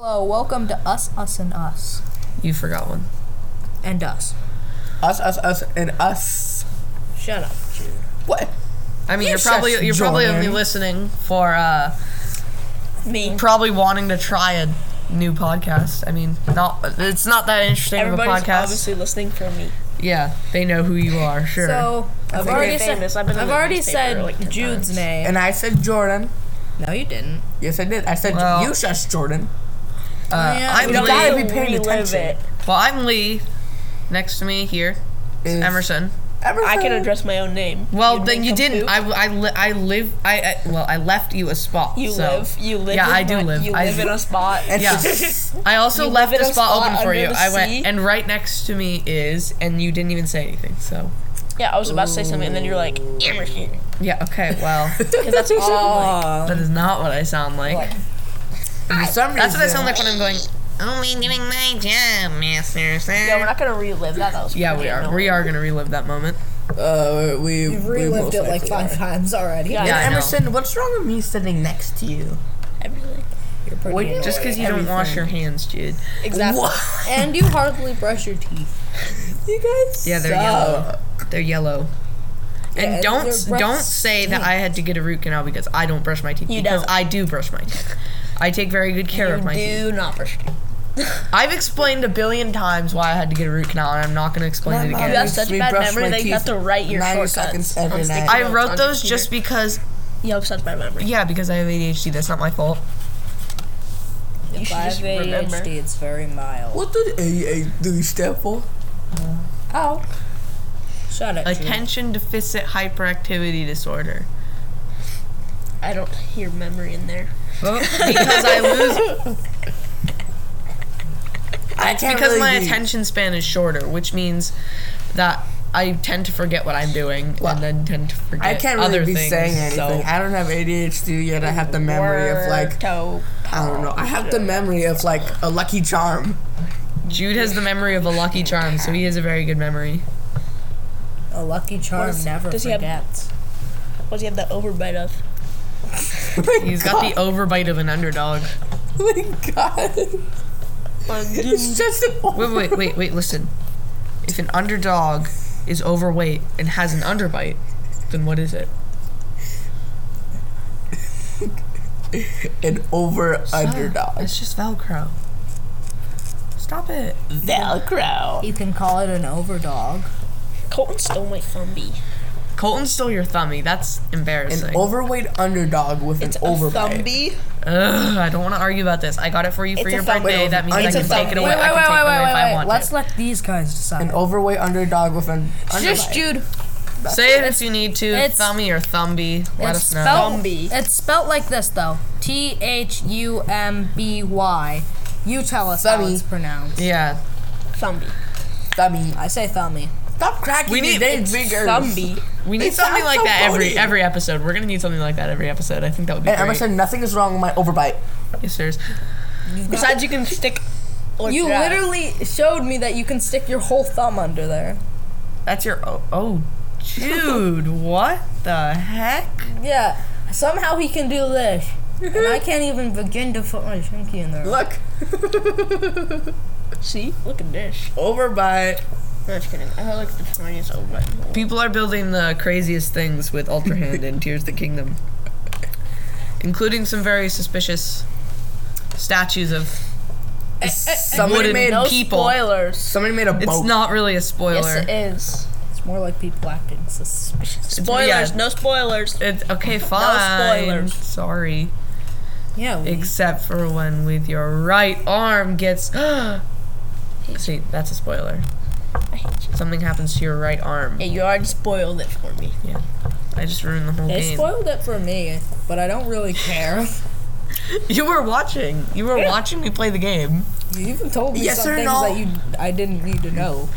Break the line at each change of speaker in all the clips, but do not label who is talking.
Hello, welcome to Us, Us, and Us.
You forgot one.
And Us.
Us, us, us, and us.
Shut up.
What?
I mean, you're
Yes,
probably
Chef
you're probably
Jordan.
only listening for uh,
Me.
probably wanting to try a new podcast. I mean, not it's not that interesting of
Everybody's
a podcast.
obviously listening for me.
Yeah, they know who you are. Sure.
So, I've
like
already,
very
said,
famous.
I've
I've been in the
already
newspaper
said
like 10
Jude's
times.
name.
And I said Jordan.
No, you didn't.
Yes, I did. I said
Well-
you shush Jordan.
uh,
yeah,
I'm
we
You gotta
Lee.
be paying
Relive
attention.
it.
Well, I'm Lee. Next to me here,
Is
Emerson.
Emerson.
I can address my own name.
Well,
You'd
then
make
you
them
didn't.
poop.
I, I, li- I live. I, I well, I left you a spot.
you
so.
live. You live.
Yeah,
in
I do
one-
live.
You
I-
live in a spot.
And
Yeah. I also
You
left
live
a
in a
spot
spot
open for
under
you.
the
I
sea?
went, and right next to me is, and you didn't even say anything. So
yeah, I was about to say something, and then you're like, Emerson.
yeah, okay, well,
Because that's what you
Oh,
sound like.
Uh,
that is not what I sound like.
for some reason.
That's what I sound like when I'm going. Only doing my job, master. Sir.
Yeah, we're not gonna relive that. That was
Yeah,
pretty
we are.
annoying.
We are gonna relive that moment.
Uh, we
You've
we
relived
most
it like
likely
five
are.
times already.
Yeah,
And
Yeah, I know.
Emerson, what's wrong with me sitting next to you?
Everything.
You're pretty annoying.
Just because you don't wash your hands, Jude.
Exactly.
And you hardly brush your teeth.
You guys.
Yeah, they're
suck.
yellow. They're yellow. And
and
don't
their breath
don't say that I had to get a root canal because I don't brush my teeth.
You
because
don't.
I do brush my teeth. I take very good care of my teeth.
Do not brush. your teeth.
I've explained a billion times why I had to get a root canal, and I'm not going to explain it
My
again.
mom
You have
makes
such
me
bad
brush
memory
my
that you have
teeth
to write your
90
shortcuts.
seconds every
on sticky
night.
I
notes on
wrote
your
those just
computer.
because,
You have such bad memory.
yeah, because I have ADHD. That's not my fault.
You
If
should
I have
just remember.
ADHD, it's very mild.
What did AAD stand for?
Oh. Shut it. Jude.
Attention deficit hyperactivity disorder.
I don't hear memory in there.
because I lose
I can't
because
really
my
read.
attention span is shorter, which means that I tend to forget what I'm doing and then tend to forget
I can't really
other
be
things.
saying anything.
so-
I don't have ADHD yet. I have the memory of like
Toe.
I don't know. I have the memory of like a lucky charm.
Jude has the memory of a lucky charm, so he has a very good memory.
A lucky charm
is-
never
does he have-
forgets.
What do you have that overbite of?
He's got the overbite of an underdog.
Oh my god. It's just an
Wait, wait, wait, wait, listen. If an underdog is overweight and has an underbite, then what is it?
an over
Ah,
underdog.
It's just Velcro. Stop it.
Velcro.
You can call it an overdog.
Colton stole my thumbie.
Colton stole your thummy. That's
An
embarrassing.
overweight underdog with
It's
an overbite.
a thumbie.
Ugh, I don't want to argue about this. I got it for you for
It's a
your
thumb-
birthday. That means I
It's a
can take it
thumb-
away. I can take it away if I want
Let's
it.
let these guys decide.
An overweight underdog with an
Just
underbite.
Jude.
Say it if you need to.
it's-
Thummy or thumby. Let
it's
us know.
Spelt,
Zombie.
it's spelt like this though. T H U M B Y. You tell us how
Thummy.
it's pronounced.
yeah.
Thumbie.
Thummy.
I say thummy.
Stop cracking
We
we
need-
need your bigger.
Thumbie.
We need
It
something
sounds
like
so
that every
bony.
every episode. We're gonna need something like that every episode. I think that would be
And Emma
great.
said nothing is wrong with my overbite.
Yes, sirs.
Besides, you can stick. or
You
drag.
literally showed me that you can stick your whole thumb under there.
That's your oh, oh dude, what the heck?
Yeah. Somehow he can do this. and I can't even begin to put my shinky in there.
Look,
See? Look at this.
overbite.
No, just kidding. I like the tiniest old button.
People are building the craziest things with Ultra Hand and Tears of the Kingdom, including some very suspicious statues of. Eh,
Somebody
wooden
made
no- people.
spoilers.
somebody made a
It's
boat.
not really a spoiler.
Yes, it is.
It's more like people acting suspicious.
It's-
Spoilers.
yeah,
No spoilers.
it's okay. Fine.
spoilers. Mm-hmm.
Sorry,
Yeah. We,
except for when with your right arm gets. See, that's a spoiler.
I hate you.
Something happens to your right arm.
Yeah, you already spoiled it for me.
I just ruined the whole
they
game.
spoiled it for me, but I don't really care.
you were watching. You were watching me play the game.
You even told me
Yes
some
or
things
no?
that you I didn't need to know.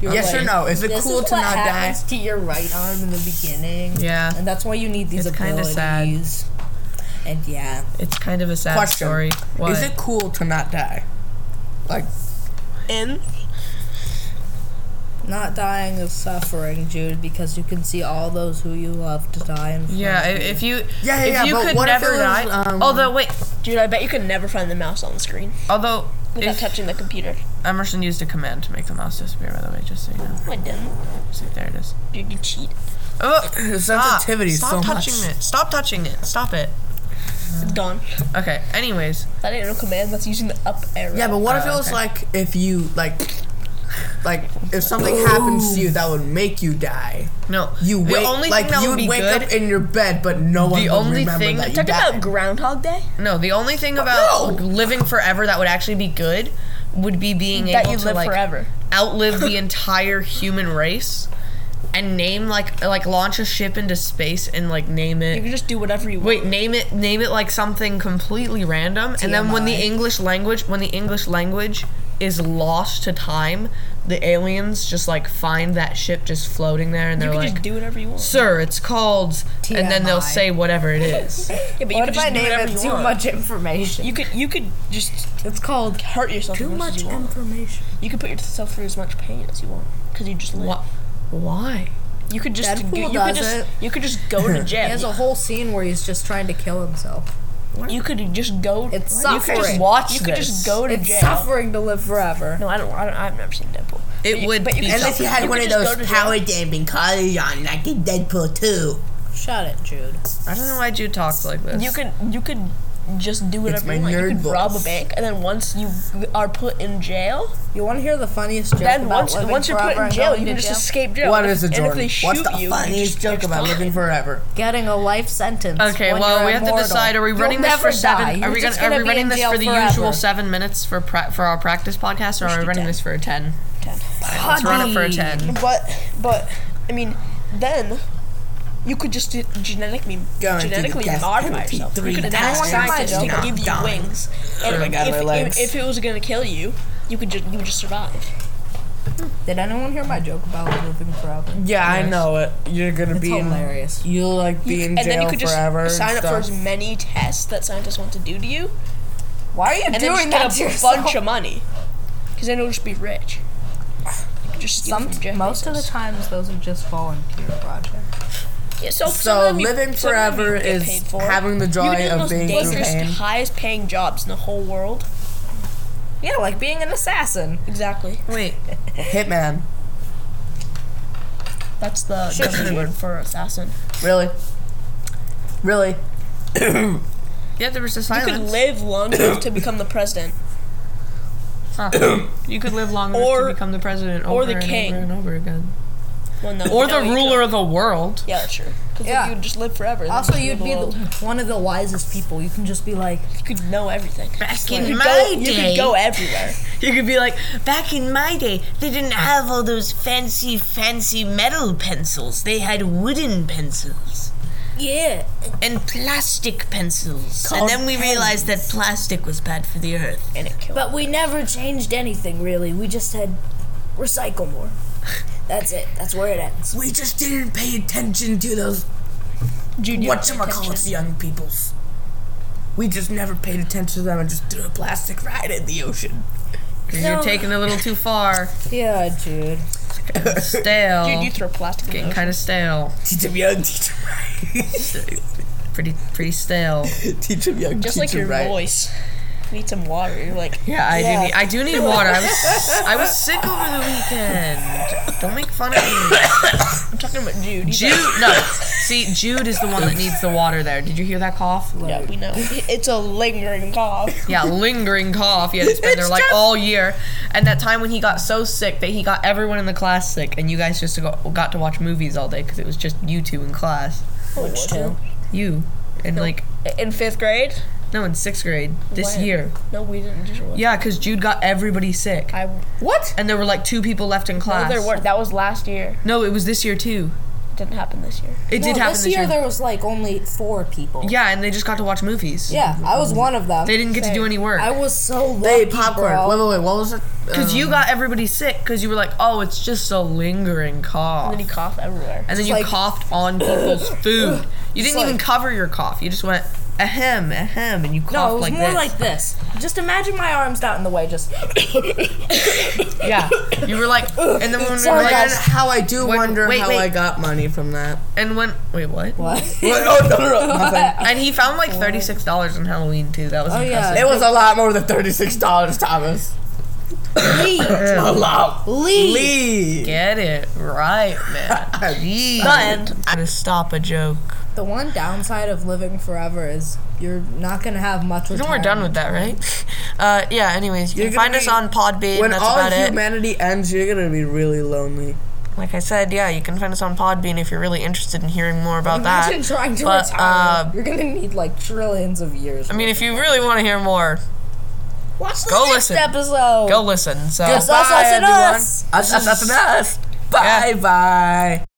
You were
Yes or
like,
no? Is it
This
cool
is
to
what
not die?
happens To your right arm in the beginning,
Yeah.
and that's why you need these
It's kinda
abilities.
sad.
And yeah,
It's kind of a sad
Question.
story. What?
Is it cool to not die? Like,
And
not dying is suffering, Jude, because you can see all those who you love to die. In front
yeah, i-
of you.
if you
Yeah, yeah,
if
yeah,
you
but
could
what if
never
it
die.
was, um,
Although wait,
Dude, I bet you could never find the mouse on the screen
Although,
without
if-
touching the computer.
Emerson used a command to make the mouse disappear, by the way, just so you know.
No, I didn't.
See, there it is.
Dude, you cheat.
Oh,
The
stop.
sensitivity is
Stop
so
touching
much.
it. Stop touching it. Stop it.
Done.
Okay, anyways.
That ain't no command. That's using the up arrow.
Yeah, but what if
Oh,
it was
okay.
like if you like, like if something happens to you that would make you die?
No.
You
the
wake
only
like
thing that
you
would be
wake
good.
up in your bed, but no one
The
would
only
remember
thing-
that you
Talk
died.
about Groundhog Day.
no, the only thing about
No!
living forever that would actually be good would be being
That
able
you
to
live
like
forever.
outlive the entire human race and name like like launch a ship into space and like name it
You can just do whatever you want.
Wait, name it name it like something completely random and then when the
TMI.
English language when the English language is lost to time, the aliens just like find that ship just floating there and
You
they're
can
like
just do whatever you want.
Sir, it's called and then they'll
TMI.
say whatever it is.
Yeah, but you
What
could
if I
just do
name
whatever
it
you
too
want.
much information?
You could you could just
It's called
hurt yourself.
too
as much.
much
As you, want.
information.
you could put yourself through as much pain as you want because you just live.
Wha- Why?
You could just
Deadpool
you,
does
could just
it.
you could just go to
He has
jail.
a whole scene where he's just trying to kill himself.
you could just go.
It's
you could
suffering.
just
Watch
You could
this.
just go to
It's
jail.
suffering to live forever.
No, I don't, I don't. I've never seen Deadpool.
It
But you-
would
but you
be
could
And
just-
if
you could just go to jail.
damping collars on, like in Deadpool 2.
Shut it, Jude.
I don't know why Jude talks like this.
You could you could just do whatever
my
you want. You
nerd
could rob a
voice.
bank, and then once you are put in jail,
You want to hear the funniest joke
then
about
once
living
once you're put
forever
in
and
jail,
going
you
to
can just
jail?
escape jail.
What
And
is
if-
it,
and if they
Jordan? What's
shoot
the
you, you
funniest
just-
joke
it's
about
fine.
living forever?
Getting a life sentence.
Okay,
when
well,
you're
we have
immortal.
to decide. Are we
You'll
running this
never
for seven?
die.
Are we,
You're
gonna,
just
are
gonna
we
be
running
in
this
jail
for the
forever.
usual seven minutes for pra- for our practice podcast, or are we
do
running
10.
this for a ten?
Ten.
Let's run it for a ten.
But but I mean, then you could just do genetically
Going to the
genetically
death
modify
penalty
yourself.
three
You could
times.
ask scientists
Not
to give you
done.
wings.
Sure,
And
I got my
if,
legs.
If, if it was gonna kill you, you could just you would just survive.
Did anyone hear my joke about living forever?
Yeah, I know it. You're gonna
It's
be in-
hilarious.
You'll like be
You-
in
and then you
jail
could just
forever. and
sign up for as
stuff.
many tests that scientists want to do to you,
Why are you
and
doing
then
that
just
to
get a
yourself?
bunch of money. Because then you'll just be rich. You could Just steal
Some,
from Jeff
most of the
Bezos.
times, those are just volunteer projects.
Yeah, so some of
So
them you-
living
some of them
forever
you get
is
paid for.
having the
You could
joy
do the
of
most
being through
dangerous,
pain.
highest paying jobs in the whole world.
Yeah, like being an assassin.
Exactly.
Wait,
Hitman.
That's the government word for assassin.
Really? Really?
yeah, there was this
You could
silence.
live long enough to become the president
Huh. you could live long enough
Or-
to become the president over
or the
and
king.
over and over again,
Well, no,
or
no,
the
you
ruler
couldn't.
of the world.
Yeah, that's true. Because
Yeah.
you would just live forever. then
Also,
just
you'd
rule
be
the world.
the, one of the wisest people. You can just be like,
you could know everything.
Back
You
in
could
my
go, you
day,
could go everywhere.
you could be like, back in my day, they didn't have all those fancy, fancy metal pencils. They had wooden pencils
yeah,
and plastic pencils.
Called
and then we realized that plastic was bad for the earth.
And it killed.
but we never changed anything really. We just said, recycle more. That's it. That's where it ends.
We just didn't pay attention to those
Junior
whatchamacallits young peoples. We just never paid attention to them and just threw a plastic ride in the ocean.
You're
No.
taking it a little too far.
Yeah, Jude.
Stale.
Dude, you throw plastic in
Getting
the
kind of stale.
Teach them young, teach them right.
Pretty, pretty stale.
teach them young,
Just
teach
like
'em
your
right.
voice. You need some water. You're like,
Yeah, I
Yeah.
do. Need, I do need water. I was, I was sick over the weekend. Don't make fun of me.
I'm talking about Jude. He's like,
Jude, no. See, Jude is the one that needs the water. There. Did you hear that cough?
yeah, we know. It's a lingering cough.
Yeah, lingering cough. He had to been there
It's
like
just-
all year. And that time when he got so sick that he got everyone in the class sick, and you guys just go, got to watch movies all day because it was just you two in class.
Which two?
You and like
In fifth grade?
no, in sixth grade this
When?
year.
No, we didn't. Just
Yeah, because Jude got everybody sick,
I,
What?
and there were like two people left in class.
No, there weren't. That was last year.
No, it was this year too.
Didn't happen this year.
It did happen this,
"Oh, this year, there was like only four people.
Yeah, and they just got to watch movies.
Yeah, I was one of them.
They didn't get to do any work.
I was so lucky,
Hey, popcorn.
bro.
Wait, wait, wait. What was it?
Because you got everybody sick because you were like, oh, it's just a lingering cough.
And then he coughed everywhere.
And then you
like-
coughed on people's food. You didn't even
like-
cover your cough. You just went, ahem, ahem, and you cough
No, it was
like
more
this.
like this. Just imagine my arms out in the way. Just
yeah. You were like, and then when we were
Sorry,
like,
guys.
how I do
Wait,
wonder
wait,
how
wait.
I got money from that.
and when, wait, what?
what?
What? Oh, no, no, no, nothing.
And he found like thirty-six dollars on Halloween too. That was
Oh, yeah.
impressive.
It was a lot more than thirty-six dollars, Thomas.
Lee,
A lot.
Lee.
Lee.
Get it right, man. Jeez.
But-
I'm gonna stop a joke.
The one downside of living forever is you're not gonna have much.
I think we're done with that, right? Uh, yeah. Anyways, you
You're
can
gonna
find us
be-
on Podbean.
When
that's
all
about it.
humanity ends, you're gonna be really lonely.
Like I said, yeah, you can find us on Podbean if you're really interested in hearing more about
Imagine
that.
trying to
But,
retire.
uh,
You're gonna need like trillions of years.
I mean, if you really want to hear more,
watch the
go
next
listen.
episode.
go listen. So.
Yes. Us, us, us, and
everyone.
us.
Us, us, us, and us.
Yeah.
Bye, bye.